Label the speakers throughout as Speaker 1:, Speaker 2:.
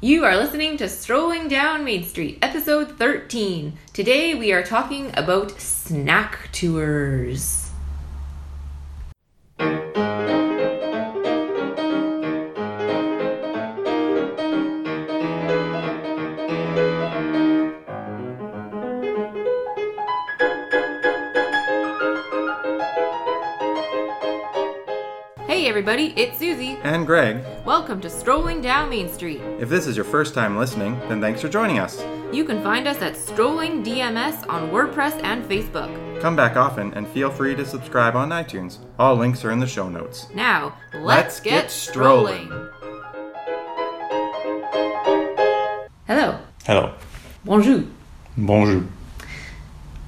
Speaker 1: You are listening to Strolling Down Main Street, episode 13. Today we are talking about snack tours. Hey everybody, it's Susie.
Speaker 2: and Greg.
Speaker 1: Welcome to Strolling Down Main Street.
Speaker 2: If this is your first time listening, then thanks for joining us.
Speaker 1: You can find us at Strolling DMS on WordPress and Facebook.
Speaker 2: Come back often and feel free to subscribe on iTunes. All links are in the show notes.
Speaker 1: Now, let's,
Speaker 2: Let's
Speaker 1: get,
Speaker 2: get
Speaker 1: strolling.
Speaker 2: strolling.
Speaker 1: Hello.
Speaker 2: Hello.
Speaker 1: Bonjour.
Speaker 2: Bonjour.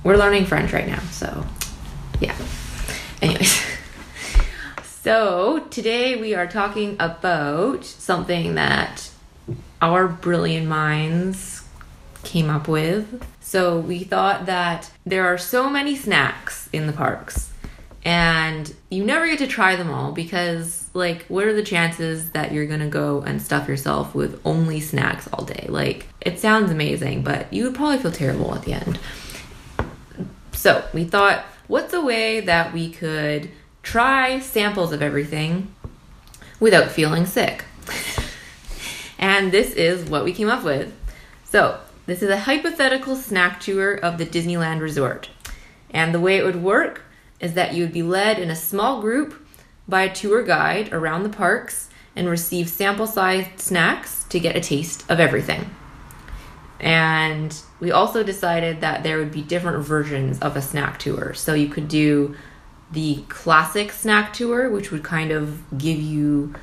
Speaker 1: We're learning French right now, so yeah. Anyways. So, today we are talking about something that our brilliant minds came up with. So, we thought that there are so many snacks in the parks, and you never get to try them all because, like, what are the chances that you're gonna go and stuff yourself with only snacks all day? Like, it sounds amazing, but you would probably feel terrible at the end. So we thought, what's a way that we could try samples of everything without feeling sick? and this is what we came up with. So this is a hypothetical snack tour of the Disneyland Resort. And the way it would work is that you would be led in a small group by a tour guide around the parks and receive sample sized snacks to get a taste of everything. And we also decided that there would be different versions of a snack tour. So you could do the classic snack tour, which would kind of give you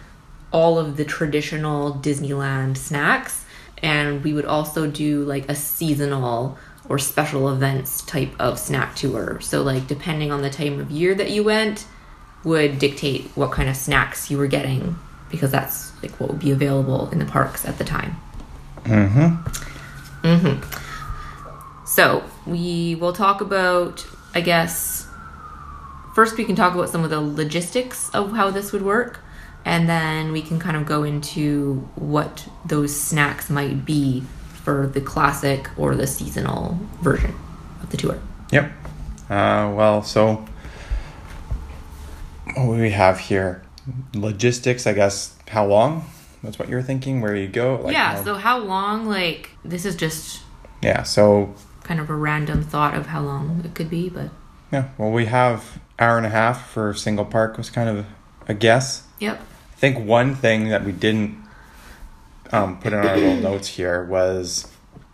Speaker 1: all of the traditional Disneyland snacks. And we would also do like a seasonal or special events type of snack tour. So, like, depending on the time of year that you went, would dictate what kind of snacks you were getting because that's like what would be available in the parks at the time. So we will talk about, I guess, first we can talk about some of the logistics of how this would work, and then we can kind of go into what those snacks might be for the classic or the seasonal version of the tour.
Speaker 2: Yep. Uh, well, so what do we have here? Logistics, I guess. How long? That's what you're thinking. Where you go? Like
Speaker 1: yeah,
Speaker 2: how-
Speaker 1: so how long, like, this is just
Speaker 2: yeah. So
Speaker 1: kind of a random thought of how long it could be, but
Speaker 2: yeah. Well, we have hour and a half for single park was kind of a guess.
Speaker 1: yep.
Speaker 2: I think one thing that we didn't um, put in our little notes here was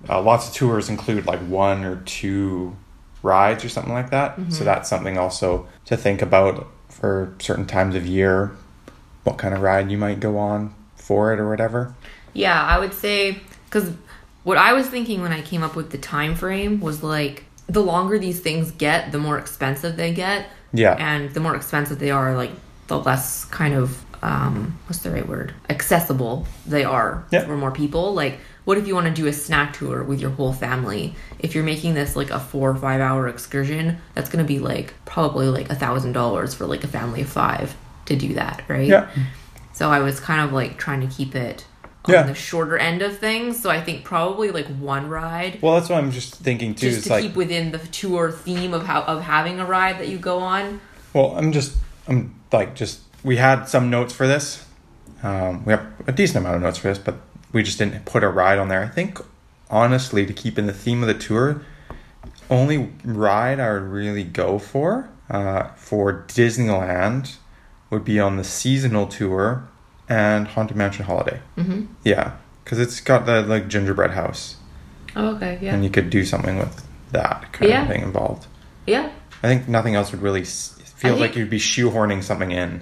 Speaker 2: uh, lots of tours include like one or two rides or something like that.
Speaker 1: Mm-hmm.
Speaker 2: So that's something also to think about for certain times of year, what kind of ride you might go on for it or whatever.
Speaker 1: Yeah, I would say because what I was thinking when I came up with the time frame was like the longer these things get, the more expensive they get.
Speaker 2: Yeah.
Speaker 1: and the more expensive they are, like the less kind of um, what's the right word accessible they are
Speaker 2: Yeah.
Speaker 1: for more people. Like, what if you want to do a snack tour with your whole family? If you're making this like a four or five hour excursion, that's gonna be like probably like a thousand dollars for like a family of five to do that, right?
Speaker 2: Yeah.
Speaker 1: So I was kind of like trying to keep it on
Speaker 2: Yeah.
Speaker 1: the shorter end of things. So I think probably like one ride,
Speaker 2: Well, that's what I'm just thinking too.
Speaker 1: just
Speaker 2: it's
Speaker 1: to
Speaker 2: like,
Speaker 1: keep within the tour theme of how of having a ride that you go on.
Speaker 2: well, I'm just, I'm like, just, we had some notes for this. Um, we have a decent amount of notes for this, but we just didn't put a ride on there. I think, honestly, to keep in the theme of the tour, only ride I would really go for uh, for Disneyland would be on the seasonal tour and Haunted Mansion Holiday. Mm-hmm. Yeah, because it's got the like gingerbread house,
Speaker 1: Oh, okay, yeah,
Speaker 2: and you could do something with that kind
Speaker 1: Yeah.
Speaker 2: of thing involved.
Speaker 1: yeah,
Speaker 2: I think nothing else would really s- feel
Speaker 1: I
Speaker 2: like
Speaker 1: think-
Speaker 2: you'd be shoehorning something in.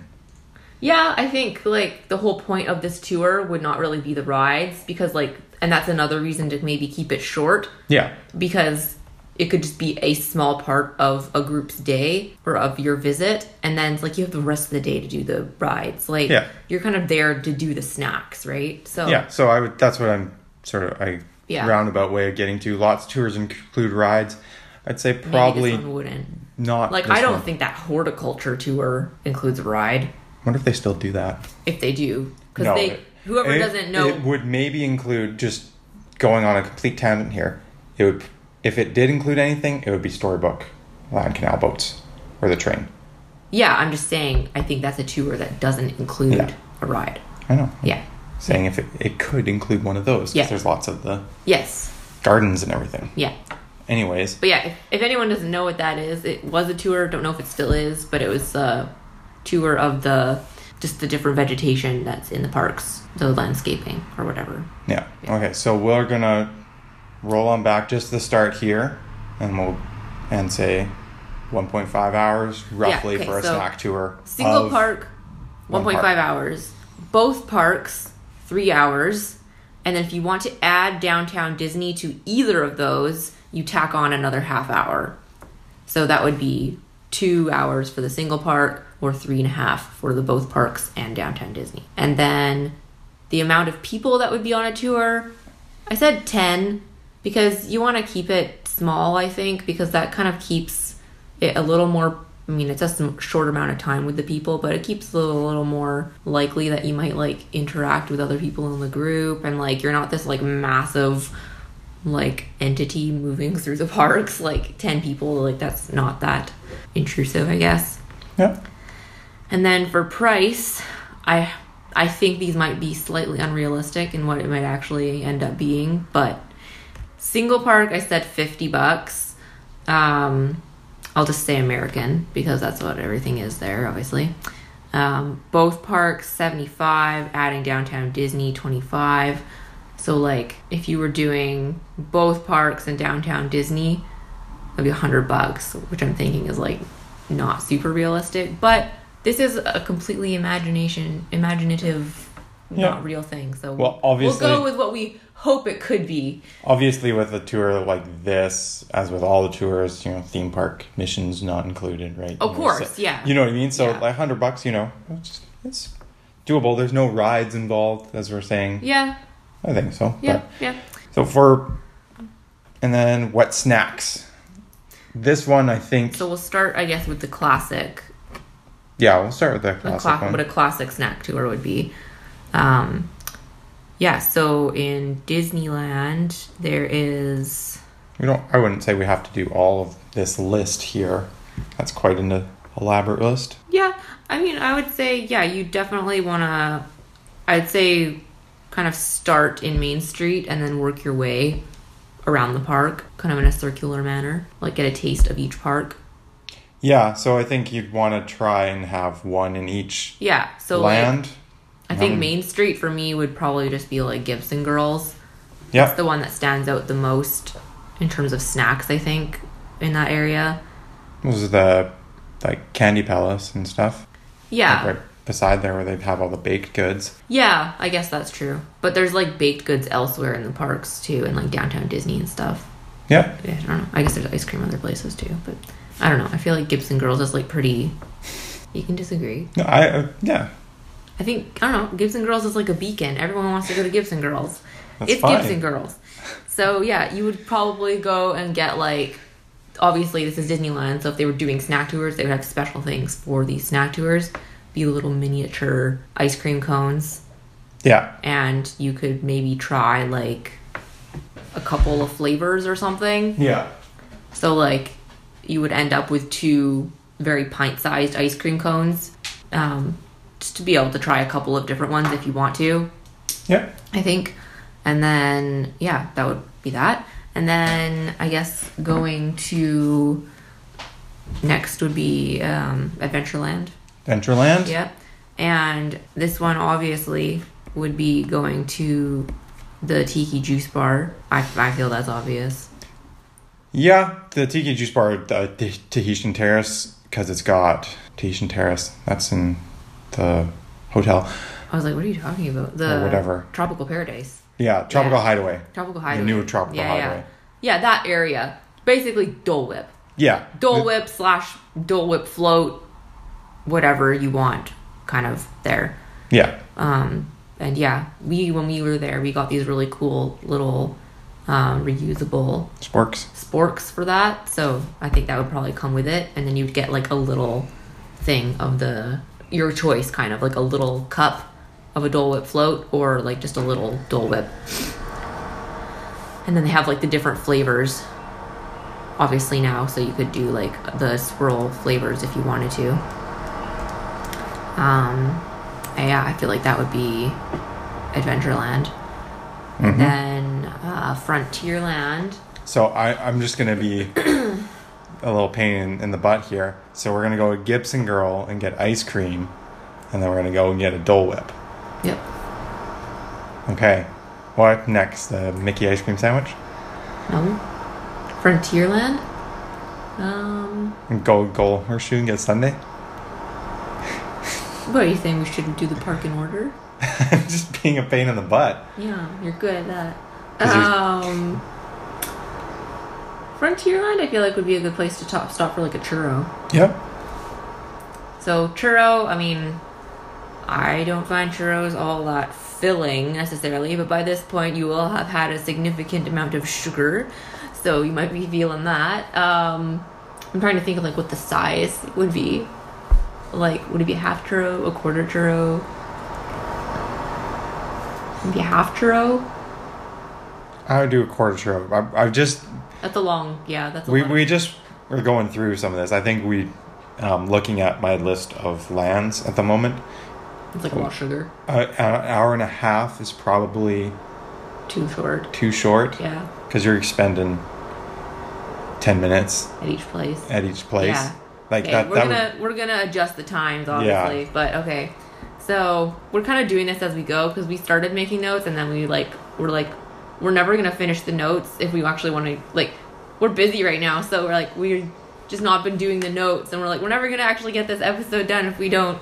Speaker 1: yeah. I think like the whole point of this tour would not really be the rides because like, and that's another reason to maybe keep it short
Speaker 2: Yeah,
Speaker 1: because it could just be a small part of a group's day or of your visit and then it's like you have the rest of the day to do the rides like
Speaker 2: Yeah.
Speaker 1: you're kind of there to do the snacks right so
Speaker 2: yeah. So I would. That's what I'm sort of a
Speaker 1: Oh. Yeah.
Speaker 2: roundabout way of getting to. Lots of tours include rides. I'd say
Speaker 1: maybe
Speaker 2: probably
Speaker 1: this one wouldn't
Speaker 2: not.
Speaker 1: like
Speaker 2: this
Speaker 1: i don't
Speaker 2: one.
Speaker 1: think that horticulture tour includes a ride
Speaker 2: Wonder if they still do that.
Speaker 1: if they do because
Speaker 2: No,
Speaker 1: they
Speaker 2: it-
Speaker 1: Whoever
Speaker 2: And it-
Speaker 1: doesn't know-
Speaker 2: it would maybe include just going on a complete tangent here. It would, if it did include anything, it would be storybook, Lion Canal boats, or the train.
Speaker 1: Yeah, I'm just saying. I think that's a tour that doesn't include
Speaker 2: Yeah.
Speaker 1: a ride.
Speaker 2: I know.
Speaker 1: Yeah.
Speaker 2: Saying if it, it could include one of those, because
Speaker 1: Yeah.
Speaker 2: there's lots of the
Speaker 1: Yes.
Speaker 2: gardens and everything.
Speaker 1: Yeah.
Speaker 2: Anyways,
Speaker 1: But yeah, if, if anyone doesn't know what that is, it was a tour. Don't know if it still is, but it was a tour of the just the different vegetation that's in the parks, the landscaping or whatever.
Speaker 2: Yeah. Okay. So we're gonna roll on back just to the start here, and we'll and say 1.5 hours roughly
Speaker 1: okay,
Speaker 2: for a
Speaker 1: so
Speaker 2: snack tour.
Speaker 1: Single
Speaker 2: of-
Speaker 1: park,
Speaker 2: one
Speaker 1: 1.5
Speaker 2: park.
Speaker 1: hours. Both parks, three hours. And then if you want to add downtown Disney to either of those, you tack on another half hour. So that would be two hours for the single park or three and a half for the both parks and downtown Disney. And then the amount of people that would be on a tour, I said 10 because you want to keep it small, I think, because that kind of keeps it a little more. I mean, it's just a short amount of time with the people, but it keeps it a little more likely that you might like interact with other people in the group and like you're not this like massive like entity moving through the parks like 10 people like that's not that intrusive i guess
Speaker 2: Yeah.
Speaker 1: and then for price, I I think these might be slightly unrealistic in what it might actually end up being, but single park I said 50 bucks. Um I'll just say American because that's what everything is there, obviously. Um, both parks 75, adding downtown Disney 25. So like if you were doing both parks and downtown Disney, that'd be 100 bucks, which I'm thinking is like not super realistic, but this is a completely imagination imaginative
Speaker 2: Yeah.
Speaker 1: not real thing. So
Speaker 2: Well, obviously-
Speaker 1: we'll go with what we hope it could be.
Speaker 2: Obviously, with a tour like this, as with all the tours, you know, theme park missions not included, right?
Speaker 1: Of
Speaker 2: You know,
Speaker 1: course,
Speaker 2: so-
Speaker 1: yeah.
Speaker 2: You know what I mean? So
Speaker 1: Yeah.
Speaker 2: like hundred bucks, you know, it's, it's doable. There's no rides involved, as we're saying.
Speaker 1: Yeah.
Speaker 2: I think so.
Speaker 1: Yeah.
Speaker 2: but-
Speaker 1: Yeah.
Speaker 2: So for, and then what snacks? This one, I think.
Speaker 1: So we'll start, I guess, with the classic,
Speaker 2: yeah, we'll start with the
Speaker 1: a
Speaker 2: classic
Speaker 1: cla-
Speaker 2: one.
Speaker 1: what a classic snack tour would be. Um, yeah. So in Disneyland, there is
Speaker 2: We don't. I wouldn't say we have to do all of this list here. That's quite an elaborate list.
Speaker 1: Yeah, I mean, I would say, yeah, you definitely want to. I'd say kind of start in Main Street and then work your way around the park, kind of in a circular manner. Like, get a taste of each park.
Speaker 2: Yeah. So I think you'd want to try and have one in each
Speaker 1: Yeah, so
Speaker 2: land.
Speaker 1: like, I think
Speaker 2: um,
Speaker 1: Main Street for me would probably just be like Gibson Girls.
Speaker 2: yep.
Speaker 1: That's the one that stands out the most in terms of snacks, I think, in that area.
Speaker 2: Those are the like candy palace and stuff.
Speaker 1: Yeah.
Speaker 2: Like right beside there, where they'd have all the baked goods.
Speaker 1: Yeah, I guess that's true. But there's like baked goods elsewhere in the parks too, and like downtown Disney and stuff.
Speaker 2: Yeah.
Speaker 1: Yeah, I don't know. I guess there's ice cream other places too, but I don't know. I feel like Gibson Girls is like pretty. You can disagree.
Speaker 2: No, I uh, yeah.
Speaker 1: I think I don't know. Gibson Girls is like a beacon. Everyone wants to go to Gibson Girls.
Speaker 2: That's
Speaker 1: it's
Speaker 2: fine.
Speaker 1: Gibson Girls. So yeah, you would probably go and get like. Obviously, this is Disneyland, so if they were doing snack tours, they would have special things for these snack tours. Be little miniature ice cream cones,
Speaker 2: Yeah.
Speaker 1: and you could maybe try like a couple of flavors or something.
Speaker 2: Yeah.
Speaker 1: So like you would end up with two very pint-sized ice cream cones, um, just to be able to try a couple of different ones if you want to.
Speaker 2: Yep.
Speaker 1: I think, and then yeah, that would be that. And then I guess going to next would be um, Adventureland.
Speaker 2: Ventureland.
Speaker 1: Yep. And this one obviously would be going to the Tiki Juice Bar. I, I feel that's obvious.
Speaker 2: Yeah, the Tiki Juice Bar, the T- Tahitian Terrace, because it's got Tahitian Terrace. That's in the hotel.
Speaker 1: I was like, what are you talking about? The
Speaker 2: Or whatever.
Speaker 1: Tropical Paradise.
Speaker 2: Yeah, Tropical
Speaker 1: Yeah.
Speaker 2: Hideaway.
Speaker 1: Tropical Hideaway.
Speaker 2: new Tropical
Speaker 1: Yeah.
Speaker 2: Hideaway.
Speaker 1: yeah, that area. Basically Dole Whip.
Speaker 2: Yeah.
Speaker 1: Dole Whip slash Dole Whip float, whatever you want, kind of there.
Speaker 2: Yeah.
Speaker 1: Um, and yeah, we when we were there, we got these really cool little um, reusable
Speaker 2: Sporks.
Speaker 1: sporks for that. So I think that would probably come with it, and then you'd get like a little thing of the your choice, kind of like a little cup of a Dole Whip float or like just a little Dole Whip. And then they have like the different flavors, obviously now, so you could do like the swirl flavors if you wanted to. Um, yeah, I feel like that would be Adventureland. And Then uh, Frontierland.
Speaker 2: So I, I'm just gonna be a little pain in, in the butt here. So we're gonna go to Gibson Girl and get ice cream, and then we're gonna go and get a Dole Whip.
Speaker 1: Yep.
Speaker 2: Okay. What next? The Mickey ice cream sandwich?
Speaker 1: No. Frontierland. Um,
Speaker 2: And go go horseshoe and get Sunday?
Speaker 1: what are you saying? We shouldn't do the park in order?
Speaker 2: just being a pain in the butt.
Speaker 1: Yeah, you're good at that.
Speaker 2: 'Cause you're-
Speaker 1: Um, Frontierland, I feel like would be a good place to top stop for like a churro.
Speaker 2: Yep.
Speaker 1: So churro, I mean, I don't find churros all that filling necessarily, but by this point you will have had a significant amount of sugar, so you might be feeling that. Um, I'm trying to think of like what the size would be. Like, would it be a half churro, a quarter churro? Maybe a half churro.
Speaker 2: I would do a quarter churro. I, I just
Speaker 1: That's a long, yeah. That's a
Speaker 2: we,
Speaker 1: lot of-
Speaker 2: we just we're going through some of this. I think we um, looking at my list of lands at the moment.
Speaker 1: it's like a lot of sugar.
Speaker 2: Uh, an hour and a half is probably
Speaker 1: Too short.
Speaker 2: too short
Speaker 1: Yeah,
Speaker 2: because you're expending 10 minutes
Speaker 1: at each place.
Speaker 2: at each place
Speaker 1: Yeah.
Speaker 2: like
Speaker 1: Okay,
Speaker 2: that
Speaker 1: we're
Speaker 2: that
Speaker 1: gonna we're gonna adjust the times, obviously. But okay, so we're kind of doing this as we go because we started making notes and then we like we're like we're never gonna finish the notes if we actually want to like we're busy right now, so we're like we're just not been doing the notes and we're like we're never gonna actually get this episode done if we don't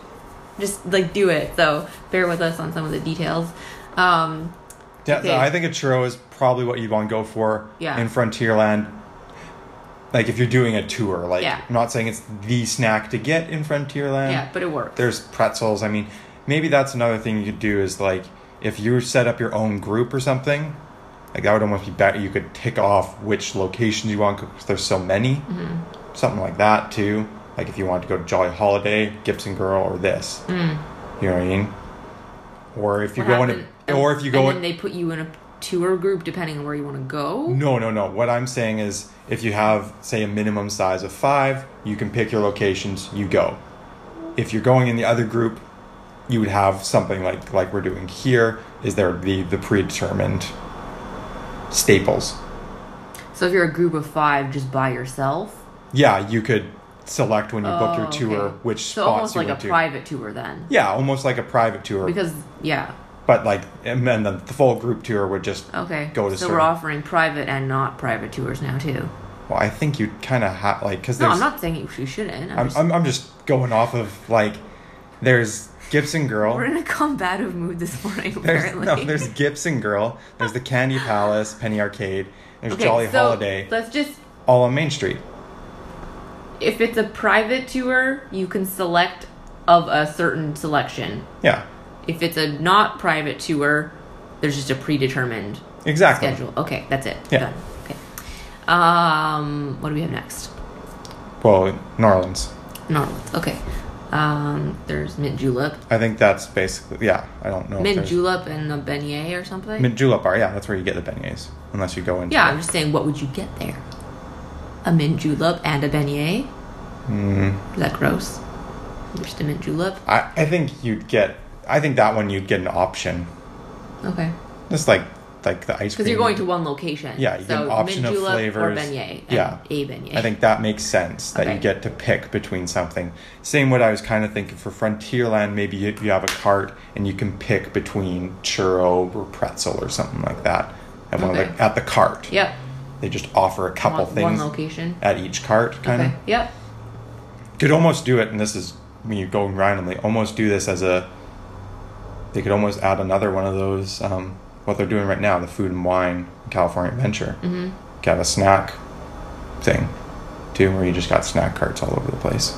Speaker 1: just like do it. So bear with us on some of the details. Um,
Speaker 2: would yeah,
Speaker 1: okay.
Speaker 2: i think a churro is probably what you'd want to go for
Speaker 1: Yeah.
Speaker 2: in frontierland like if you're doing a tour like
Speaker 1: Yeah.
Speaker 2: i'm not saying it's the snack to get in frontierland
Speaker 1: yeah, but it works.
Speaker 2: there's pretzels i mean maybe that's another thing you could do is like if you set up your own group or something like that would almost be better you could tick off which locations you want because there's so many
Speaker 1: Mm-hmm.
Speaker 2: something like that too like if you want to go to jolly holiday gibson girl or this you know what i mean or if you
Speaker 1: Mm. What
Speaker 2: go in
Speaker 1: happen-
Speaker 2: a, or if you
Speaker 1: and
Speaker 2: go
Speaker 1: then
Speaker 2: in
Speaker 1: they put you in a tour group depending on where you want to go.
Speaker 2: no no no what i'm saying is if you have say a minimum size of five you can pick your locations you go if you're going in the other group you would have something like like we're doing here is there would be the predetermined staples
Speaker 1: So if you're a group of five, just by yourself.
Speaker 2: yeah you could select when you book your
Speaker 1: Oh,
Speaker 2: tour
Speaker 1: okay.
Speaker 2: which
Speaker 1: so
Speaker 2: spots
Speaker 1: almost
Speaker 2: you
Speaker 1: like a
Speaker 2: went to
Speaker 1: private tour then,
Speaker 2: yeah almost like a private tour
Speaker 1: because yeah,
Speaker 2: but like and then the, the full group tour would just
Speaker 1: okay.
Speaker 2: Go to
Speaker 1: so
Speaker 2: certain-
Speaker 1: we're offering private and not private tours now too.
Speaker 2: well i think you kind of have like because
Speaker 1: No,
Speaker 2: there's
Speaker 1: I'm not saying you, you shouldn't. I'm
Speaker 2: I'm,
Speaker 1: just,
Speaker 2: I'm, I'm just going off of like there's gibson girl
Speaker 1: we're in a combative mood this morning.
Speaker 2: there's
Speaker 1: Apparently,
Speaker 2: no there's gibson girl there's the candy palace penny arcade there's jolly
Speaker 1: so
Speaker 2: holiday
Speaker 1: Let's just
Speaker 2: all on main street
Speaker 1: if it's a private tour, you can select of a certain selection.
Speaker 2: yeah
Speaker 1: If it's a not private tour, there's just a predetermined
Speaker 2: exactly
Speaker 1: schedule. Okay, that's it.
Speaker 2: Yeah.
Speaker 1: Done. Okay. Um, what do we have next?
Speaker 2: well new orleans
Speaker 1: Norwoods. Okay. Um, there's mint julep,
Speaker 2: i think that's basically yeah i don't know if
Speaker 1: mint
Speaker 2: there's-
Speaker 1: julep, and a beignet or something.
Speaker 2: mint julep bar yeah that's where you get the beignets unless you go into
Speaker 1: yeah, I'm just saying, what would you get there? A mint julep and a beignet. Mm. Is that gross? Just a mint julep.
Speaker 2: I, I think you'd get i think that one you'd get an option
Speaker 1: Okay.
Speaker 2: just like like the ice cream
Speaker 1: Because you're going to one location.
Speaker 2: Yeah, you get an option of
Speaker 1: or
Speaker 2: flavors.
Speaker 1: beignet. and
Speaker 2: Yeah.
Speaker 1: a beignet.
Speaker 2: I think that makes sense that you
Speaker 1: Okay.
Speaker 2: get to pick between something. Same what I was kind of thinking for Frontierland. Maybe you, you have a cart and you can pick between churro or pretzel or something like that. At one of
Speaker 1: Okay.
Speaker 2: the, at the cart,
Speaker 1: Yep.
Speaker 2: they just offer a couple
Speaker 1: One, one
Speaker 2: things
Speaker 1: location.
Speaker 2: at each cart. Kind
Speaker 1: Okay. Yep.
Speaker 2: of could almost do it, and this is me going randomly. Almost do this as a. They could almost add another one of those. Um, what they're doing right now, the food and wine California Adventure. Mm-hmm. Got a snack thing, too, where you just got snack carts all over the place.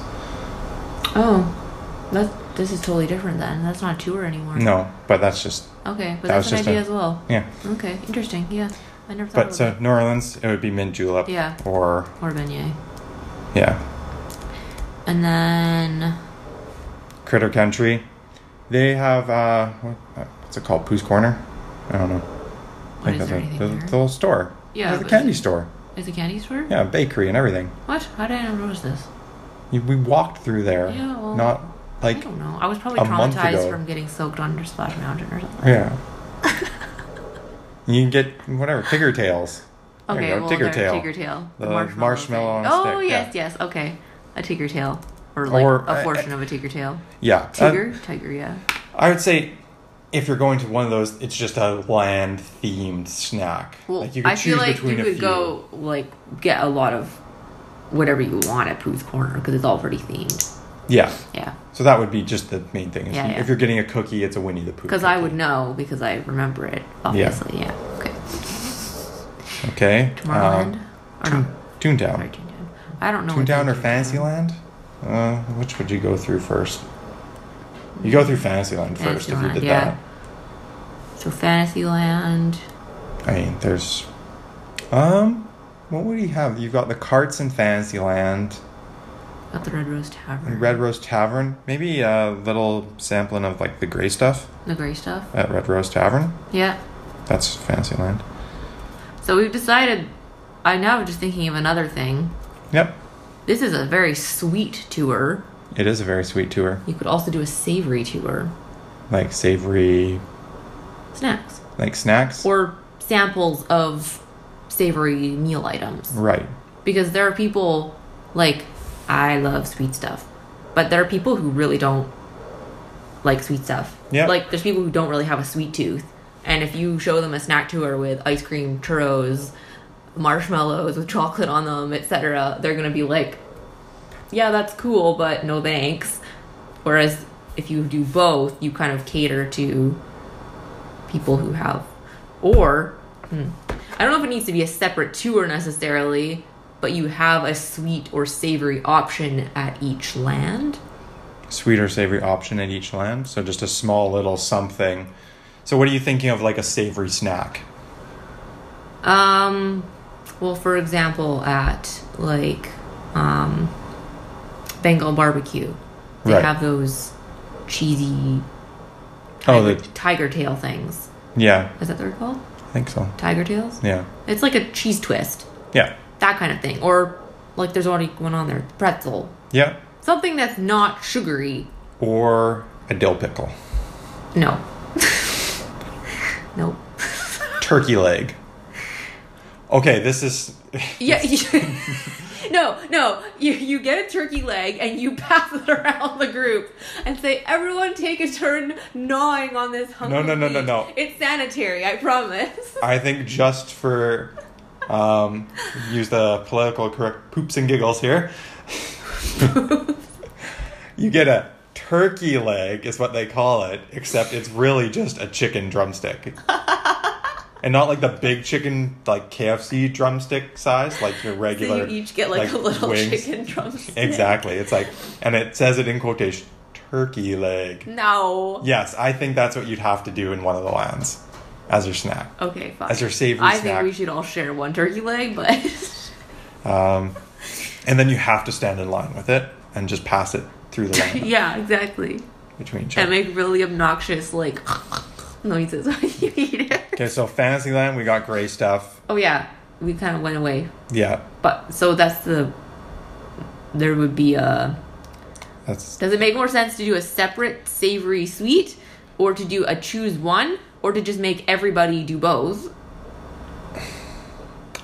Speaker 1: Oh, that this is totally different then. That's not a tour anymore.
Speaker 2: No, but that's just
Speaker 1: Okay, but
Speaker 2: That was
Speaker 1: that's an
Speaker 2: just
Speaker 1: idea
Speaker 2: a-
Speaker 1: as well.
Speaker 2: yeah.
Speaker 1: Okay, interesting. Yeah, I never thought.
Speaker 2: But
Speaker 1: of
Speaker 2: so
Speaker 1: that.
Speaker 2: New Orleans, it would be mint julep.
Speaker 1: Yeah.
Speaker 2: Or
Speaker 1: or beignet,
Speaker 2: yeah,
Speaker 1: and then
Speaker 2: Critter Country. They have uh, what, what's it called? Pooh's Corner. I don't know. I
Speaker 1: What is there
Speaker 2: a,
Speaker 1: anything
Speaker 2: there's a
Speaker 1: there?
Speaker 2: little store.
Speaker 1: Yeah,
Speaker 2: There's a
Speaker 1: but-
Speaker 2: candy store.
Speaker 1: Is the candy store?
Speaker 2: Yeah, bakery and everything.
Speaker 1: What? How did I not notice this?
Speaker 2: You- We walked through there.
Speaker 1: Yeah, well,
Speaker 2: not
Speaker 1: I
Speaker 2: like
Speaker 1: don't know. I was probably
Speaker 2: a month
Speaker 1: traumatized
Speaker 2: ago.
Speaker 1: from getting soaked under Splash Mountain or something.
Speaker 2: yeah. you can get whatever Tigger tails. There
Speaker 1: Okay,
Speaker 2: you go,
Speaker 1: well,
Speaker 2: Tigger
Speaker 1: they're
Speaker 2: tail.
Speaker 1: Tigger tail.
Speaker 2: The marshmallow
Speaker 1: thing.
Speaker 2: on a
Speaker 1: Oh
Speaker 2: stick,
Speaker 1: yes, yes. Okay, a tigger tail, or like
Speaker 2: Or,
Speaker 1: a
Speaker 2: uh,
Speaker 1: portion of a tigger tail.
Speaker 2: Yeah. uh,
Speaker 1: Tiger, tiger, yeah.
Speaker 2: I would say if you're going to one of those, it's just a land themed snack.
Speaker 1: Well,
Speaker 2: like you could
Speaker 1: I
Speaker 2: choose
Speaker 1: feel like
Speaker 2: between
Speaker 1: you
Speaker 2: a
Speaker 1: could
Speaker 2: few.
Speaker 1: go like get a lot of whatever you want at Pooh's Corner because it's already themed.
Speaker 2: Yeah.
Speaker 1: Yeah,
Speaker 2: So that would be just the main thing. If,
Speaker 1: Yeah,
Speaker 2: you,
Speaker 1: yeah.
Speaker 2: if you're getting a cookie, it's a Winnie the Pooh.
Speaker 1: because I would
Speaker 2: cookie.
Speaker 1: know because I remember it. Obviously, yeah. Okay.
Speaker 2: Okay.
Speaker 1: Tomorrowland. or no,
Speaker 2: Um, Toon-
Speaker 1: sorry,
Speaker 2: Toontown.
Speaker 1: Toontown. I don't know. what
Speaker 2: Toontown or
Speaker 1: Toontown-
Speaker 2: Fantasyland? Uh, which would you go through first? You go through Fantasyland first if you
Speaker 1: Fantasyland,
Speaker 2: did
Speaker 1: yeah. So Fantasyland.
Speaker 2: that. I mean, there's. Um, what would you have? You've got the carts in Fantasyland,
Speaker 1: At the Red Rose
Speaker 2: the
Speaker 1: Tavern.
Speaker 2: Red Rose Tavern, maybe a little sampling of like the gray stuff
Speaker 1: The gray stuff.
Speaker 2: at Red Rose Tavern.
Speaker 1: Yeah.
Speaker 2: That's Fantasyland.
Speaker 1: So we've decided. I now am just thinking of another thing.
Speaker 2: Yep,
Speaker 1: This is a very sweet tour.
Speaker 2: it is a very sweet tour.
Speaker 1: You could also do a savory tour.
Speaker 2: Like savory,
Speaker 1: Snacks.
Speaker 2: like snacks.
Speaker 1: Or samples of savory meal items.
Speaker 2: right.
Speaker 1: Because there are people, like, I love sweet stuff. But there are people who really don't like sweet stuff.
Speaker 2: Yeah.
Speaker 1: Like, there's people who don't really have a sweet tooth. And if you show them a snack tour with ice cream, churros, marshmallows with chocolate on them, etc., they're going to be like, yeah, that's cool, but no thanks. Whereas if you do both, you kind of cater to people who have. Or, hmm, I don't know if it needs to be a separate tour necessarily, but you have a sweet or savory option at each land.
Speaker 2: sweet or savory option at each land. So just a small little something. So what are you thinking of like a savory snack?
Speaker 1: Um, well, for example, at like um, Bengal barbecue, they
Speaker 2: Right.
Speaker 1: have those cheesy
Speaker 2: Oh,
Speaker 1: tiger,
Speaker 2: the-
Speaker 1: tiger tail things.
Speaker 2: Yeah,
Speaker 1: Is that what they're called?
Speaker 2: I think so.
Speaker 1: Tiger tails?
Speaker 2: Yeah.
Speaker 1: It's like a cheese twist,
Speaker 2: Yeah.
Speaker 1: that kind of thing, or like there's already one on there, pretzel,
Speaker 2: Yeah.
Speaker 1: something that's not sugary.
Speaker 2: Or a dill pickle.
Speaker 1: No. nope.
Speaker 2: Turkey leg. Okay, this is
Speaker 1: Yeah. you- no, no. You you get a turkey leg and you pass it around the group and say, "Everyone, take a turn gnawing on this hunk."
Speaker 2: No,
Speaker 1: of
Speaker 2: no, no, no,
Speaker 1: meat.
Speaker 2: no.
Speaker 1: It's sanitary. I promise.
Speaker 2: I think just for um use the political correct poops and giggles here. you get a turkey leg is what they call it, except it's really just a chicken drumstick. and not like the big chicken like KFC drumstick size, like your
Speaker 1: So
Speaker 2: regular
Speaker 1: you each get like, a little
Speaker 2: wings.
Speaker 1: chicken drumstick.
Speaker 2: Exactly. It's like and it says it in quotation turkey leg.
Speaker 1: Mm. No.
Speaker 2: Yes, I think that's what you'd have to do in one of the lands as your snack.
Speaker 1: Okay, fine.
Speaker 2: As your savory
Speaker 1: I
Speaker 2: snack.
Speaker 1: think we should all share one turkey leg, but
Speaker 2: Um, and then you have to stand in line with it and just pass it through the line
Speaker 1: yeah, exactly.
Speaker 2: between each
Speaker 1: And
Speaker 2: other.
Speaker 1: make really obnoxious like noises when you eat it.
Speaker 2: Okay, so Fantasyland, we got gray stuff.
Speaker 1: Oh yeah, we kind of went away
Speaker 2: Yeah,
Speaker 1: But so that's the there would be a
Speaker 2: that's
Speaker 1: does it make more sense to do a separate savory sweet or to do a choose one or to just make everybody do both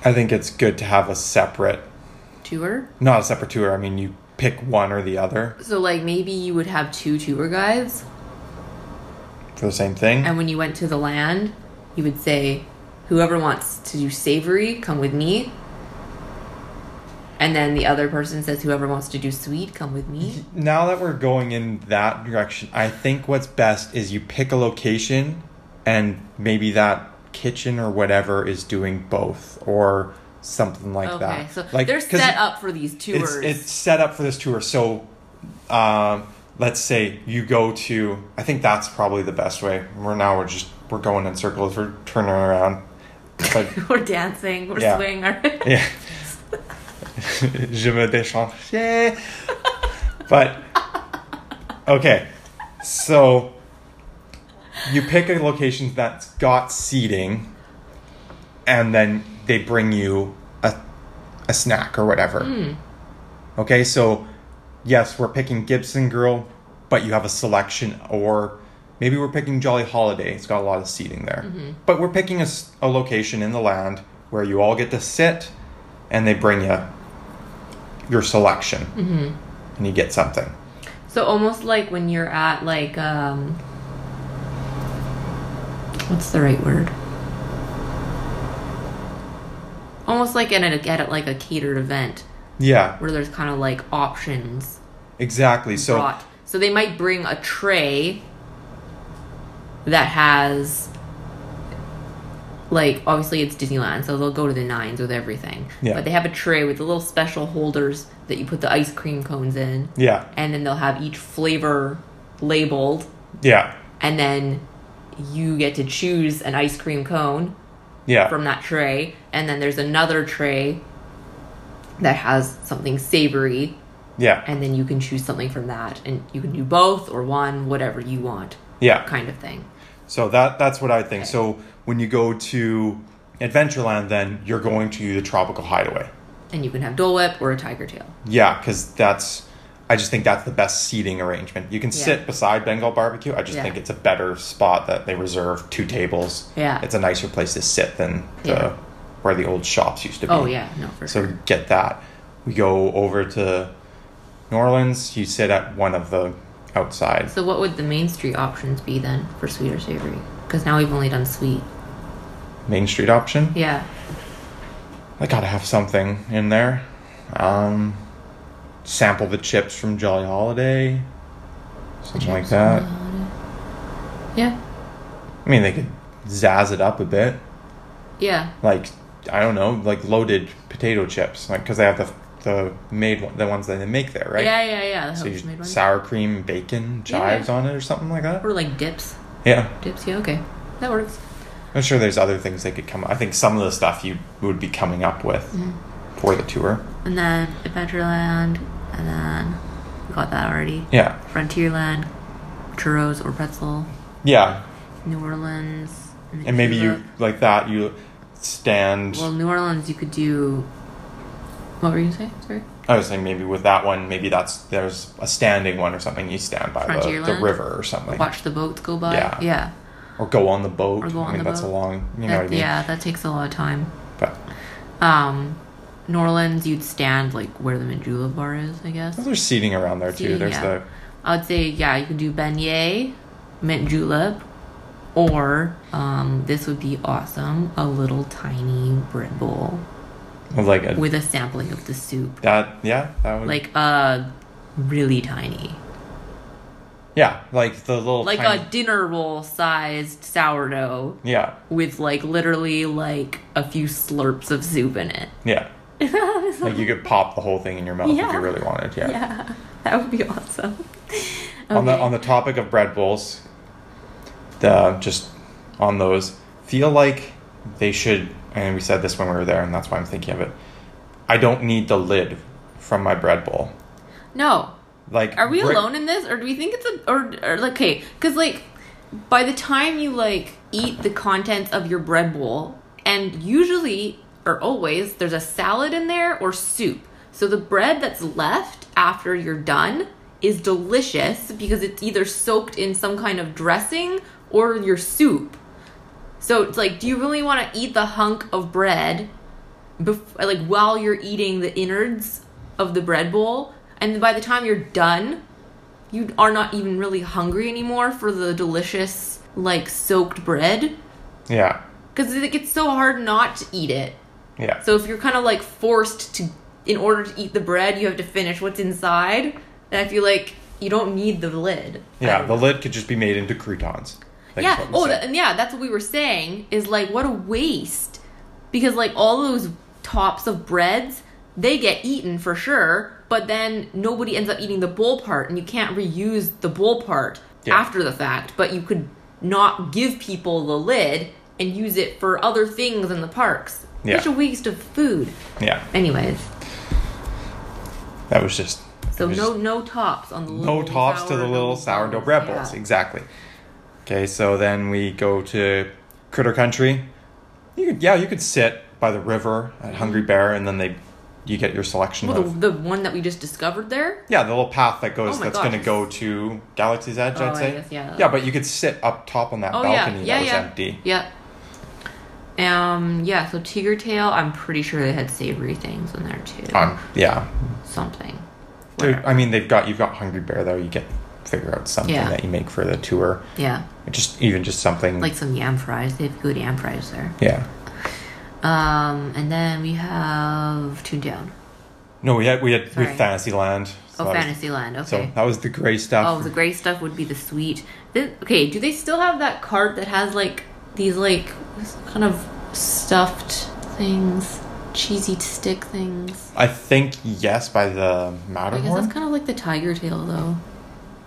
Speaker 2: I think it's good to have a separate,
Speaker 1: tour?
Speaker 2: not a separate tour. I mean, you pick one or the other
Speaker 1: So like maybe you would have two tour guides
Speaker 2: for the same thing.
Speaker 1: and when you went to the land you would say whoever wants to do savory come with me. And then the other person says whoever wants to do sweet come with me.
Speaker 2: now that we're going in that direction, I think what's best is you pick a location and maybe that kitchen or whatever is doing both or something like
Speaker 1: Okay,
Speaker 2: that.
Speaker 1: so
Speaker 2: like,
Speaker 1: they're
Speaker 2: 'cause
Speaker 1: set up for these tours.
Speaker 2: It's, it's set up for this tour. So, um, let's say you go to. I think that's probably the best way. We're now we're just we're going in circles. We're turning around. But
Speaker 1: we're dancing, we're
Speaker 2: Yeah.
Speaker 1: swinging. our-
Speaker 2: yeah, je me déchange. But okay, so you pick a location that's got seating, and then they bring you a a snack or whatever. Okay, so yes, we're picking Gibson Girl, but you have a selection, or maybe we're picking Jolly Holiday. It's got a lot of seating there,
Speaker 1: Mm-hmm.
Speaker 2: but we're picking a, s- a location in the land where you all get to sit, and they bring you your selection,
Speaker 1: Mm-hmm.
Speaker 2: and you get something.
Speaker 1: So almost like when you're at like um what's the right word? Almost like at a at like a catered event
Speaker 2: Yeah,
Speaker 1: where there's kind of like options
Speaker 2: exactly. So.
Speaker 1: brought. So they might bring a tray that has like obviously it's Disneyland, so they'll go to the nines with everything.
Speaker 2: Yeah.
Speaker 1: But they have a tray with the little special holders that you put the ice cream cones in.
Speaker 2: Yeah,
Speaker 1: and then they'll have each flavor labeled
Speaker 2: yeah,
Speaker 1: and then you get to choose an ice cream cone
Speaker 2: yeah,
Speaker 1: from that tray and then there's another tray that has something savory
Speaker 2: yeah,
Speaker 1: and then you can choose something from that and you can do both or one whatever you want
Speaker 2: yeah.
Speaker 1: kind of thing
Speaker 2: So that that's what I think. So when you go to Adventureland, then you're going to the Tropical Hideaway.
Speaker 1: and you can have dole whip or a tiger tail
Speaker 2: Yeah, because that's I just think that's the best seating arrangement. You can
Speaker 1: Yeah.
Speaker 2: sit beside Bengal Barbecue. I just
Speaker 1: Yeah.
Speaker 2: think it's a better spot that they reserve two tables.
Speaker 1: Yeah.
Speaker 2: it's a nicer place to sit than the
Speaker 1: Yeah.
Speaker 2: where the old shops used to be.
Speaker 1: oh yeah no for
Speaker 2: So
Speaker 1: sure
Speaker 2: get that. We go over to New Orleans. You sit at one of the outside.
Speaker 1: so what would the main street options be then for sweet or savory because now we've only done sweet
Speaker 2: Main Street option.
Speaker 1: yeah
Speaker 2: I gotta have something in there. Um, sample the chips from Jolly Holiday, something like that.
Speaker 1: yeah
Speaker 2: I mean, they could zazz it up a bit,
Speaker 1: yeah
Speaker 2: like I don't know, like loaded potato chips, like because they have the the made one, the ones that they make there, right?
Speaker 1: Yeah, yeah, yeah. The
Speaker 2: So
Speaker 1: homemade
Speaker 2: you
Speaker 1: ones.
Speaker 2: sour cream, bacon,
Speaker 1: Yeah.
Speaker 2: chives on it, or something like that.
Speaker 1: or like dips.
Speaker 2: Yeah,
Speaker 1: Dips, yeah, okay. That works.
Speaker 2: I'm sure there's other things they could come. I think some of the stuff you would be coming up with
Speaker 1: Mm-hmm.
Speaker 2: for the tour.
Speaker 1: And then Adventureland, and then we got that already.
Speaker 2: Yeah,
Speaker 1: Frontierland, churros or pretzel,
Speaker 2: yeah,
Speaker 1: New Orleans.
Speaker 2: and maybe you
Speaker 1: Cuba.
Speaker 2: like that. You stand.
Speaker 1: uh, Well, New Orleans, you could do. What were you gonna say? Sorry.
Speaker 2: I was saying maybe with that one, maybe that's there's a standing one or something. You stand by the, the
Speaker 1: Frontierland?
Speaker 2: river or something,
Speaker 1: Watch the boats go by.
Speaker 2: Yeah.
Speaker 1: Yeah.
Speaker 2: or go on the boat.
Speaker 1: Or go
Speaker 2: I
Speaker 1: on
Speaker 2: mean,
Speaker 1: the
Speaker 2: that's a
Speaker 1: boat.
Speaker 2: long, you know
Speaker 1: That-
Speaker 2: what I mean.
Speaker 1: Yeah, that takes a lot of time.
Speaker 2: But
Speaker 1: Um, New Orleans, you'd stand like where the Majula bar is, I guess.
Speaker 2: there's seating around there too.
Speaker 1: Seating,
Speaker 2: There's
Speaker 1: yeah.
Speaker 2: the
Speaker 1: I would say, yeah, you can do beignet, mint julep, or um, this would be awesome a little tiny bread bowl
Speaker 2: well, like a,
Speaker 1: with a sampling of the soup.
Speaker 2: that. Yeah, that would
Speaker 1: Like, uh, really tiny.
Speaker 2: yeah, like the little
Speaker 1: Like
Speaker 2: tiny,
Speaker 1: a dinner roll sized sourdough
Speaker 2: yeah,
Speaker 1: with, like, literally, like, a few slurps of soup in it.
Speaker 2: yeah. like you could pop the whole thing in your mouth if
Speaker 1: Yeah.
Speaker 2: you really wanted. Yeah.
Speaker 1: Yeah, that would be awesome.
Speaker 2: On the
Speaker 1: Okay.
Speaker 2: on the topic of bread bowls, the just on those feel like they should. And we said this when we were there, and that's why I'm thinking of it. I don't need the lid from my bread bowl.
Speaker 1: no,
Speaker 2: Like,
Speaker 1: Are we
Speaker 2: brick-
Speaker 1: alone in this, or do we think it's a or, or like, okay? Because like, by the time you like eat the contents of your bread bowl, and usually or always there's a salad in there or soup. So the bread that's left after you're done is delicious because it's either soaked in some kind of dressing or your soup. So it's like, do you really want to eat the hunk of bread, bef- like while you're eating the innards of the bread bowl, and by the time you're done, you are not even really hungry anymore for the delicious like soaked bread
Speaker 2: Yeah,
Speaker 1: because like, it's so hard not to eat it.
Speaker 2: yeah,
Speaker 1: So if you're kind of like forced to, in order to eat the bread, you have to finish what's inside. And I feel like you don't need the lid. I
Speaker 2: yeah.
Speaker 1: don't
Speaker 2: The lid could just be made into croutons. Like
Speaker 1: yeah.
Speaker 2: what we
Speaker 1: Oh,
Speaker 2: said.
Speaker 1: th- and yeah. That's what we were saying. Is like what a waste, because like all those tops of breads, they get eaten for sure. But then nobody ends up eating the bowl part, and you can't reuse the bowl part
Speaker 2: Yeah.
Speaker 1: after the fact. But you could not give people the lid and use it for other things in the parks.
Speaker 2: Yeah.
Speaker 1: Such a waste of food.
Speaker 2: yeah.
Speaker 1: Anyways,
Speaker 2: That was just
Speaker 1: so
Speaker 2: it was
Speaker 1: no no tops on the
Speaker 2: just
Speaker 1: little
Speaker 2: no tops to the little sourdough bread bowls.
Speaker 1: Yeah.
Speaker 2: Exactly. Okay, so then we go to Critter Country. You could, yeah, you could sit by the river at Hungry Bear, and then they, you get your selection
Speaker 1: Well,
Speaker 2: of
Speaker 1: the, the one that we just discovered there.
Speaker 2: yeah, the little path that goes
Speaker 1: Oh my
Speaker 2: that's
Speaker 1: gosh.
Speaker 2: going to go to Galaxy's Edge.
Speaker 1: Oh,
Speaker 2: I'd
Speaker 1: I
Speaker 2: say.
Speaker 1: guess, yeah.
Speaker 2: Yeah, but you could sit up top on that
Speaker 1: Oh yeah,
Speaker 2: balcony
Speaker 1: yeah,
Speaker 2: that was
Speaker 1: yeah.
Speaker 2: empty.
Speaker 1: Yeah. Um. Yeah. So Tiger Tail. I'm pretty sure they had savory things in there too.
Speaker 2: Um, yeah,
Speaker 1: Something.
Speaker 2: Dude,
Speaker 1: Whatever.
Speaker 2: I mean they've got you've got Hungry Bear though. You get figure out something
Speaker 1: Yeah.
Speaker 2: that you make for the tour.
Speaker 1: Yeah.
Speaker 2: Just even just something
Speaker 1: Like some yam fries. They have good yam fries there.
Speaker 2: yeah.
Speaker 1: Um. And then we have Toon Down.
Speaker 2: No, we had we had we
Speaker 1: Sorry.
Speaker 2: had Fantasyland. So
Speaker 1: Oh,
Speaker 2: that was-
Speaker 1: Fantasyland. Okay.
Speaker 2: So that was the gray stuff.
Speaker 1: Oh, the gray stuff would be the sweet. Then, okay, do they still have that cart that has like these like kind of stuffed things, cheesy stick things?
Speaker 2: I think yes by the
Speaker 1: I guess
Speaker 2: Matterhorn.
Speaker 1: that's kind of like the tiger tail, though.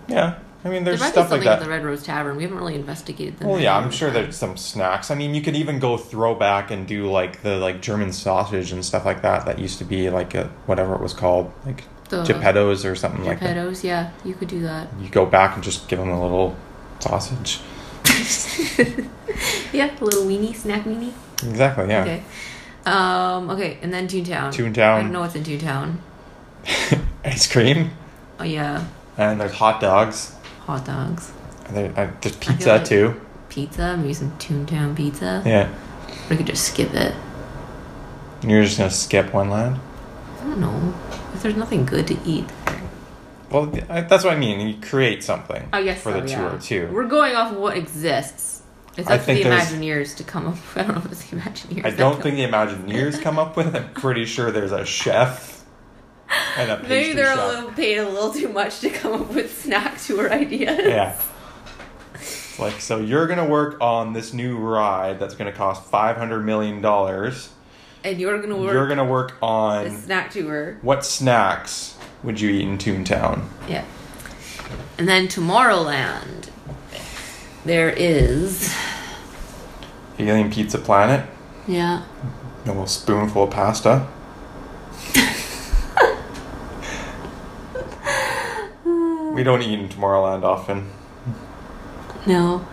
Speaker 2: yeah, I mean
Speaker 1: There
Speaker 2: there's
Speaker 1: might be
Speaker 2: stuff
Speaker 1: something
Speaker 2: like
Speaker 1: at
Speaker 2: that.
Speaker 1: the Red Rose Tavern. We haven't really investigated them.
Speaker 2: Well, yeah, I'm sure there's some snacks. I mean, you could even go throwback and do like the like German sausage and stuff like that. That used to be like a whatever it was called, like
Speaker 1: The-
Speaker 2: Geppetto's or something like that.
Speaker 1: Geppettos, yeah, you could do that.
Speaker 2: You go back and just give them a little sausage.
Speaker 1: Yeah, a little weenie, snack weenie.
Speaker 2: Exactly. Yeah.
Speaker 1: Okay. Um, okay, and then Toontown.
Speaker 2: Toontown.
Speaker 1: I don't know what's in Toontown.
Speaker 2: Ice cream
Speaker 1: Oh, yeah,
Speaker 2: and there's hot dogs
Speaker 1: hot dogs,
Speaker 2: and there, uh, there's
Speaker 1: feel
Speaker 2: pizza
Speaker 1: like-
Speaker 2: too.
Speaker 1: pizza, maybe some Toontown pizza.
Speaker 2: Yeah.
Speaker 1: We could just skip it.
Speaker 2: And you're just gonna skip one land.
Speaker 1: I don't know. If there's nothing good to eat.
Speaker 2: Well, th- I, that's what I mean. You create something.
Speaker 1: I guess
Speaker 2: for
Speaker 1: so,
Speaker 2: the
Speaker 1: Oh, yeah.
Speaker 2: tour too.
Speaker 1: We're going off of what exists. It's
Speaker 2: I
Speaker 1: up to the
Speaker 2: think there's-
Speaker 1: Imagineers to come up. I don't know if it's the Imagineers.
Speaker 2: I
Speaker 1: that
Speaker 2: don't
Speaker 1: come-
Speaker 2: think the Imagineers come up with. it. I'm pretty sure there's a chef and a pastry
Speaker 1: Maybe they're
Speaker 2: chef.
Speaker 1: a little paid a little too much to come up with snack tour ideas.
Speaker 2: Yeah. It's like so you're gonna work on this new ride that's gonna cost five hundred million dollars.
Speaker 1: And you're gonna work
Speaker 2: You're gonna work
Speaker 1: a
Speaker 2: on
Speaker 1: snack tour.
Speaker 2: what snacks would you eat in Toontown?
Speaker 1: Yeah. And then Tomorrowland. There is.
Speaker 2: Alien Pizza Planet,
Speaker 1: Yeah.
Speaker 2: a little spoonful of pasta. we don't eat in Tomorrowland often.
Speaker 1: No.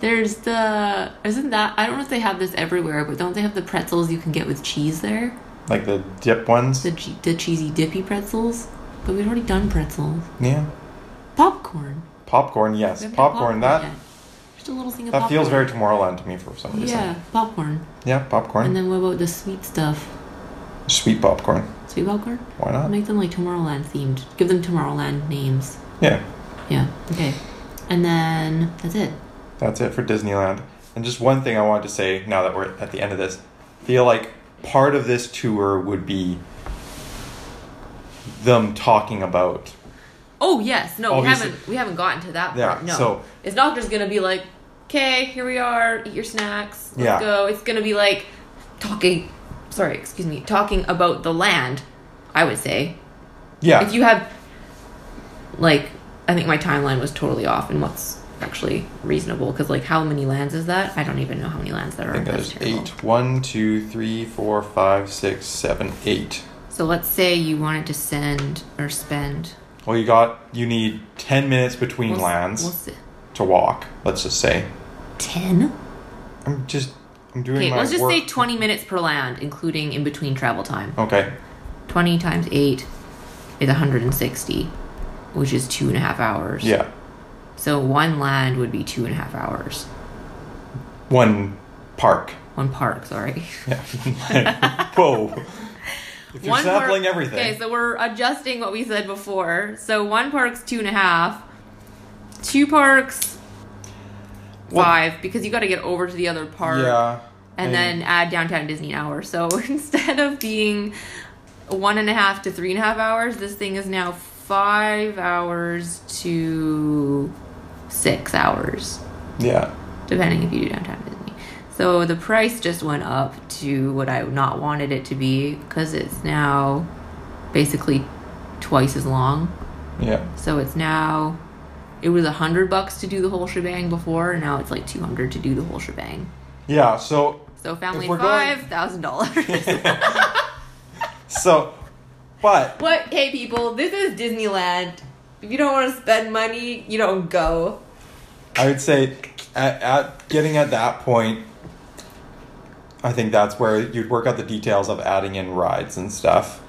Speaker 1: There's the isn't that I don't know if they have this everywhere, but don't they have the pretzels you can get with cheese there?
Speaker 2: Like the dip ones.
Speaker 1: the, che- the cheesy dippy pretzels, but we've already done pretzels.
Speaker 2: Yeah.
Speaker 1: Popcorn.
Speaker 2: Popcorn, yes.
Speaker 1: We haven't done
Speaker 2: Popcorn, that
Speaker 1: yet. Just a little thing of
Speaker 2: that
Speaker 1: popcorn.
Speaker 2: feels very Tomorrowland to me for some reason.
Speaker 1: Yeah, popcorn.
Speaker 2: Yeah, popcorn.
Speaker 1: And then what about the sweet stuff?
Speaker 2: Sweet popcorn.
Speaker 1: Sweet popcorn?
Speaker 2: Why not?
Speaker 1: Make them like Tomorrowland themed. Give them Tomorrowland names.
Speaker 2: Yeah,
Speaker 1: Yeah, okay. And then that's it.
Speaker 2: that's it for Disneyland. And just one thing I wanted to say now that we're at the end of this, feel like part of this tour would be them talking about
Speaker 1: Oh yes, no,
Speaker 2: Obviously-
Speaker 1: we haven't we haven't gotten to that
Speaker 2: Yeah,
Speaker 1: part. No,
Speaker 2: so-
Speaker 1: it's not just gonna be like, okay, here we are, eat your snacks, let's
Speaker 2: Yeah.
Speaker 1: go. It's gonna be like talking. Sorry, excuse me, talking about the land. I would say
Speaker 2: yeah
Speaker 1: if you have like i think my timeline was totally off and what's actually reasonable because like how many lands is that i don't even know how many lands there are
Speaker 2: I think
Speaker 1: That's
Speaker 2: there's
Speaker 1: terrible.
Speaker 2: eight. One, two, three, four, five, six, seven, eight.
Speaker 1: so let's say you wanted to send or spend
Speaker 2: Well, you got you need ten minutes between
Speaker 1: we'll s-
Speaker 2: lands
Speaker 1: we'll s-
Speaker 2: to walk. Let's just say.
Speaker 1: 10
Speaker 2: I'm just I'm doing
Speaker 1: okay
Speaker 2: my
Speaker 1: let's just
Speaker 2: work. Oh.
Speaker 1: say 20 minutes per land including in between travel time
Speaker 2: okay,
Speaker 1: 20 times 8 is 160 which is two and a half hours
Speaker 2: yeah,
Speaker 1: so one land would be two and a half hours
Speaker 2: one park.
Speaker 1: one park sorry
Speaker 2: Yeah. Whoa. If you're sampling
Speaker 1: park-
Speaker 2: everything.
Speaker 1: Okay, so we're adjusting what we said before. So one park's two and a half, two parks
Speaker 2: Well-
Speaker 1: five because you got to get over to the other park,
Speaker 2: yeah.
Speaker 1: and then add downtown Disney an hour. So instead of being one and a half to three and a half hours, this thing is now five hours to six hours
Speaker 2: Yeah.
Speaker 1: depending if you do downtown Disney. So the price just went up to what I not wanted it to be because it's now basically twice as long.
Speaker 2: Yeah.
Speaker 1: So it's now it was a hundred bucks to do the whole shebang before, and now it's like two hundred to do the whole shebang.
Speaker 2: Yeah. So
Speaker 1: So family
Speaker 2: we're
Speaker 1: of
Speaker 2: going-
Speaker 1: five thousand dollars.
Speaker 2: so but
Speaker 1: what? Hey people, this is Disneyland. If you don't want to spend money, you don't go.
Speaker 2: I would say at, at getting at that point, I think that's where you'd work out the details of adding in rides and stuff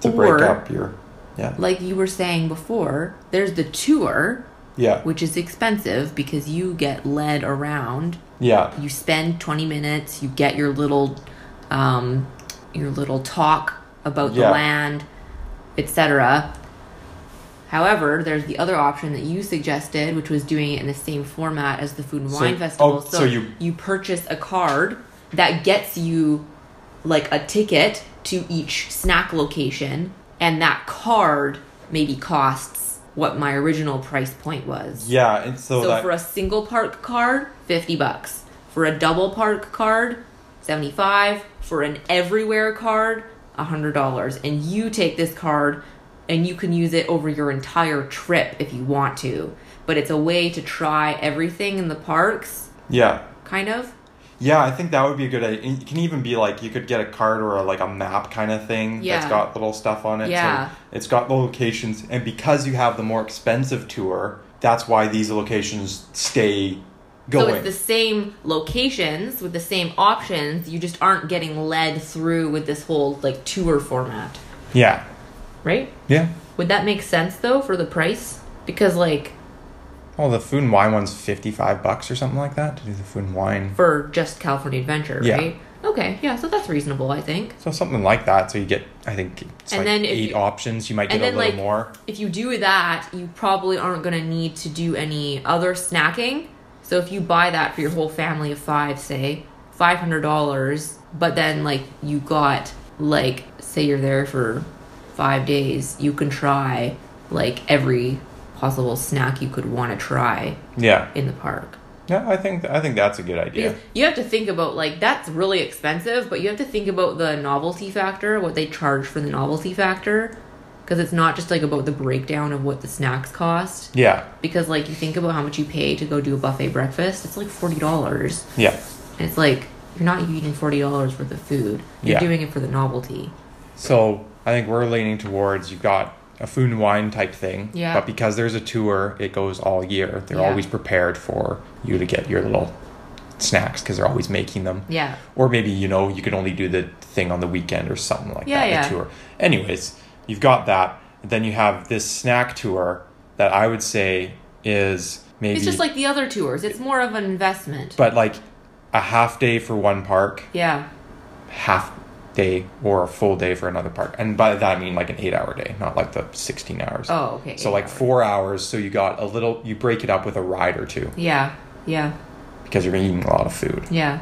Speaker 2: to break
Speaker 1: Or-
Speaker 2: up your yeah
Speaker 1: Like you were saying before, there's the tour,
Speaker 2: yeah
Speaker 1: which is expensive because you get led around.
Speaker 2: yeah
Speaker 1: You spend 20 minutes, you get your little um, your little talk about the
Speaker 2: Yeah.
Speaker 1: land, etc. However, there's the other option that you suggested, which was doing it in the same format as the Food and
Speaker 2: So-
Speaker 1: Wine Festival.
Speaker 2: oh, so you-
Speaker 1: you purchase a card that gets you like a ticket to each snack location, and that card maybe costs what my original price point was.
Speaker 2: yeah and so,
Speaker 1: So
Speaker 2: that
Speaker 1: for a single park card, 50 bucks. For a double park card, 75. For an everywhere card, $100. And you take this card and you can use it over your entire trip if you want to. But it's a way to try everything in the parks,
Speaker 2: yeah
Speaker 1: kind of.
Speaker 2: Yeah, I think that would be a good idea. It can even be like you could get a card or a, like a map kind of thing
Speaker 1: Yeah.
Speaker 2: that's got little stuff on it.
Speaker 1: Yeah.
Speaker 2: So it's got the locations, and because you have the more expensive tour, that's why these locations stay going.
Speaker 1: So it's the same locations with the same options. You just aren't getting led through with this whole like tour format,
Speaker 2: yeah.
Speaker 1: right?
Speaker 2: Yeah.
Speaker 1: Would that make sense though for the price? Because like
Speaker 2: Well, Oh, the food and wine one's 55 bucks or something like that to do the food and wine.
Speaker 1: for just California Adventure,
Speaker 2: Yeah.
Speaker 1: right? Okay, yeah, so that's reasonable, I think.
Speaker 2: So something like that. So you get, I think, it's
Speaker 1: And
Speaker 2: like
Speaker 1: then if
Speaker 2: eight
Speaker 1: you-
Speaker 2: options. You might get
Speaker 1: and
Speaker 2: a
Speaker 1: then,
Speaker 2: little
Speaker 1: like-
Speaker 2: more.
Speaker 1: If you do that, you probably aren't going to need to do any other snacking. So if you buy that for your whole family of five, say five hundred dollars, but then like you got like say you're there for five days, you can try like every possible snack you could want to try
Speaker 2: Yeah.
Speaker 1: in the park.
Speaker 2: Yeah, I think I think that's a good idea.
Speaker 1: Because you have to think about like that's really expensive, but you have to think about the novelty factor, what they charge for the novelty factor, because it's not just like about the breakdown of what the snacks cost.
Speaker 2: Yeah.
Speaker 1: Because like you think about how much you pay to go do a buffet breakfast, it's like forty dollars,
Speaker 2: Yeah.
Speaker 1: and it's like you're not eating forty dollars worth of food. You're
Speaker 2: Yeah.
Speaker 1: doing it for the novelty.
Speaker 2: So I think we're leaning towards you've got a food and wine type thing.
Speaker 1: Yeah.
Speaker 2: But because there's a tour, it goes all year. They're
Speaker 1: Yeah.
Speaker 2: always prepared for you to get your little snacks because they're always making them.
Speaker 1: Yeah.
Speaker 2: Or maybe, you know, you can only do the thing on the weekend or something like
Speaker 1: Yeah,
Speaker 2: that.
Speaker 1: yeah.
Speaker 2: The tour. Anyways, you've got that. And then you have this snack tour that I would say is maybe
Speaker 1: It's just like the other tours. It's more of an investment.
Speaker 2: but like a half day for one park,
Speaker 1: yeah.
Speaker 2: half day or a full day for another park. And by that I mean like an eight hour day, not like the 16 hours.
Speaker 1: Oh, okay.
Speaker 2: So
Speaker 1: eight
Speaker 2: like
Speaker 1: hours.
Speaker 2: four hours. So you got a little, you break it up with a ride or two
Speaker 1: Yeah. Yeah.
Speaker 2: because you're eating a lot of food.
Speaker 1: Yeah.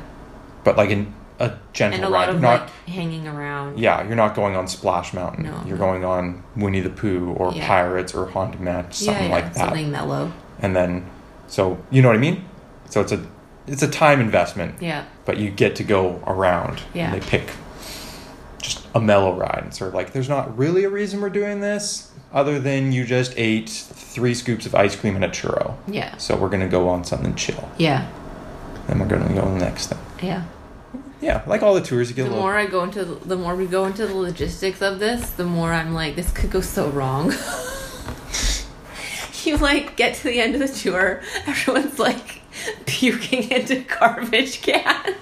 Speaker 2: But like in a gentle
Speaker 1: And a
Speaker 2: ride,
Speaker 1: lot of
Speaker 2: not
Speaker 1: like hanging around.
Speaker 2: yeah, you're not going on Splash Mountain.
Speaker 1: No,
Speaker 2: you're
Speaker 1: no.
Speaker 2: going on Winnie the Pooh or
Speaker 1: Yeah.
Speaker 2: Pirates or Haunted Match, something
Speaker 1: yeah, yeah,
Speaker 2: like that.
Speaker 1: Something mellow.
Speaker 2: And then, so you know what I mean? So it's a it's a time investment,
Speaker 1: Yeah.
Speaker 2: but you get to go around.
Speaker 1: Yeah.
Speaker 2: And they pick just a mellow ride and sort of like there's not really a reason we're doing this other than you just ate three scoops of ice cream and a churro.
Speaker 1: Yeah.
Speaker 2: So we're gonna go on something chill.
Speaker 1: Yeah.
Speaker 2: Then we're gonna go on the next thing.
Speaker 1: Yeah.
Speaker 2: Yeah, like all the tours, you get
Speaker 1: The
Speaker 2: a little.
Speaker 1: more I go into the, the more we go into the logistics of this, the more I'm like, this could go so wrong. you like get to the end of the tour, everyone's like puking into garbage cans.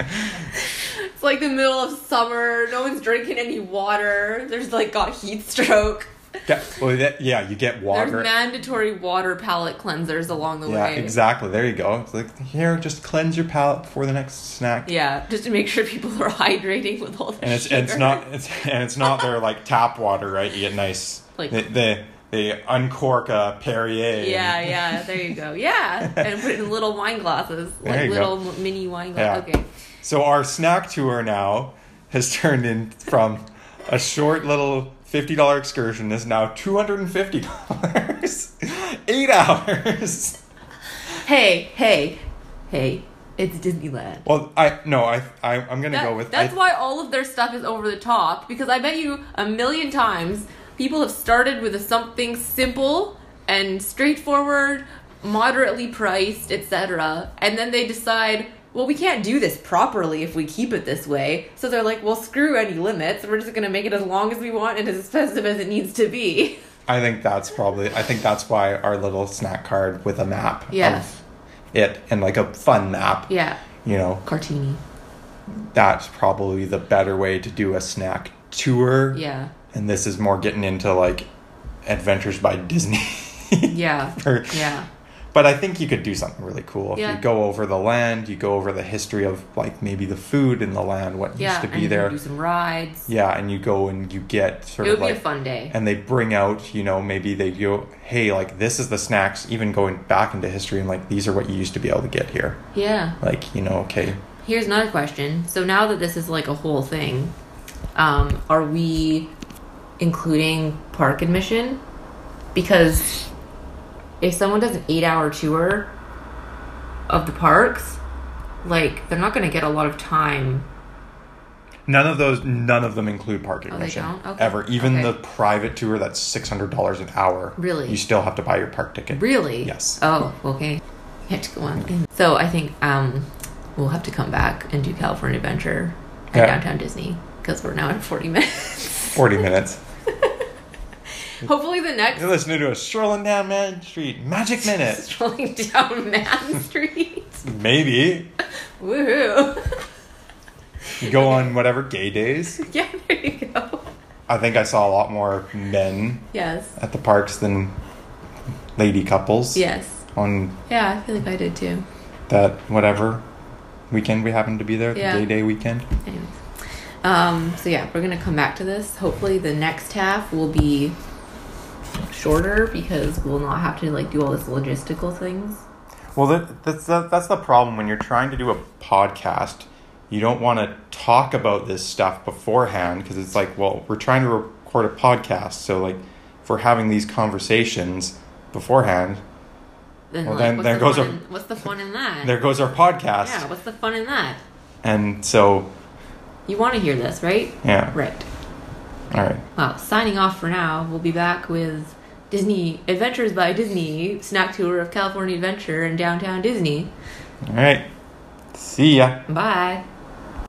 Speaker 1: it's like the middle of summer. No one's drinking any water. There's like got heat stroke.
Speaker 2: Yeah, well, that, yeah, you get water.
Speaker 1: There's mandatory water palate cleansers along the
Speaker 2: yeah,
Speaker 1: way.
Speaker 2: exactly. There you go. It's like here, just cleanse your palate before the next snack.
Speaker 1: Yeah, just to make sure people are hydrating with all the
Speaker 2: And it's
Speaker 1: sugar.
Speaker 2: it's not it's and it's not their like tap water, right? You get nice.
Speaker 1: Like-
Speaker 2: they, they they uncork a Perrier. and-
Speaker 1: Yeah, yeah, there you go. Yeah, and put it in little wine glasses,
Speaker 2: There
Speaker 1: like
Speaker 2: you
Speaker 1: little m mini wine glasses.
Speaker 2: Yeah.
Speaker 1: Okay.
Speaker 2: So our snack tour now has turned in from a short little fifty dollar excursion is now two hundred and fifty dollars, eight hours.
Speaker 1: Hey, hey, hey! It's Disneyland.
Speaker 2: Well, I no, I, I I'm gonna
Speaker 1: That-
Speaker 2: go with
Speaker 1: that's
Speaker 2: I,
Speaker 1: why all of their stuff is over the top because I bet you a million times people have started with a something simple and straightforward, moderately priced, etc. And then they decide, well, we can't do this properly if we keep it this way. So they're like, well, screw any limits. We're just going to make it as long as we want and as expensive as it needs to be.
Speaker 2: I think that's probably. I think that's why our little snack card with a map
Speaker 1: Yeah.
Speaker 2: of it and like a fun map.
Speaker 1: Yeah.
Speaker 2: You know,
Speaker 1: Cartini.
Speaker 2: that's probably the better way to do a snack tour.
Speaker 1: Yeah.
Speaker 2: And this is more getting into like adventures by Disney.
Speaker 1: Yeah.
Speaker 2: Or-
Speaker 1: Yeah.
Speaker 2: But I think you could do something really cool. If
Speaker 1: Yeah.
Speaker 2: you go over the land, you go over the history of like maybe the food in the land, what
Speaker 1: Yeah.
Speaker 2: used to
Speaker 1: and
Speaker 2: be
Speaker 1: you can
Speaker 2: there.
Speaker 1: Do some rides.
Speaker 2: Yeah, and you go and you get
Speaker 1: It
Speaker 2: sort
Speaker 1: would
Speaker 2: of
Speaker 1: be a
Speaker 2: like
Speaker 1: fun day.
Speaker 2: and they bring out, you know, maybe they go, hey, like this is the snacks, even going back into history and like these are what you used to be able to get here.
Speaker 1: Yeah.
Speaker 2: Like, you know, okay.
Speaker 1: Here's another question. So now that this is like a whole thing, um, are we including park admission? Because if someone does an eight hour tour of the parks, like they're not going to get a lot of time.
Speaker 2: None of those none of them include park admission.
Speaker 1: Oh, don't? Okay.
Speaker 2: Ever. Even
Speaker 1: Okay.
Speaker 2: the private tour that's six hundred dollars an hour.
Speaker 1: Really?
Speaker 2: You still have to buy your park ticket.
Speaker 1: Really?
Speaker 2: Yes.
Speaker 1: Oh, okay. I had to go on. thing. So I think um, we'll have to come back and do California Adventure at
Speaker 2: Yeah.
Speaker 1: Downtown Disney because we're now at 40 minutes.
Speaker 2: Forty minutes.
Speaker 1: Hopefully, the next
Speaker 2: You're listening to a strolling down Main Street Magic Minute.
Speaker 1: strolling down Man Street.
Speaker 2: Maybe
Speaker 1: Woohoo!
Speaker 2: you go on whatever gay days.
Speaker 1: yeah, there you go.
Speaker 2: I think I saw a lot more men
Speaker 1: Yes.
Speaker 2: at the parks than lady couples.
Speaker 1: Yes.
Speaker 2: On
Speaker 1: Yeah, I feel like I did too.
Speaker 2: that whatever weekend we happened to be there,
Speaker 1: Yeah.
Speaker 2: the gay day weekend.
Speaker 1: Anyways. Um, so yeah, we're gonna come back to this. Hopefully the next half will be shorter because we'll not have to like do all this logistical things.
Speaker 2: Well, that, that's the, that's the problem when you're trying to do a podcast. You don't want to talk about this stuff beforehand because it's like, well, we're trying to record a podcast, so like, if we're having these conversations beforehand,
Speaker 1: Then,
Speaker 2: Well,
Speaker 1: like,
Speaker 2: then-
Speaker 1: what's
Speaker 2: there
Speaker 1: the
Speaker 2: goes
Speaker 1: fun
Speaker 2: our-
Speaker 1: in, what's the fun in that?
Speaker 2: there goes our podcast.
Speaker 1: yeah, what's the fun in that?
Speaker 2: And so,
Speaker 1: You want to hear this, right?
Speaker 2: yeah.
Speaker 1: Right.
Speaker 2: All right.
Speaker 1: Well, signing off for now. We'll be back with Disney Adventures by Disney snack tour of California Adventure and downtown Disney.
Speaker 2: All right. See ya.
Speaker 1: Bye.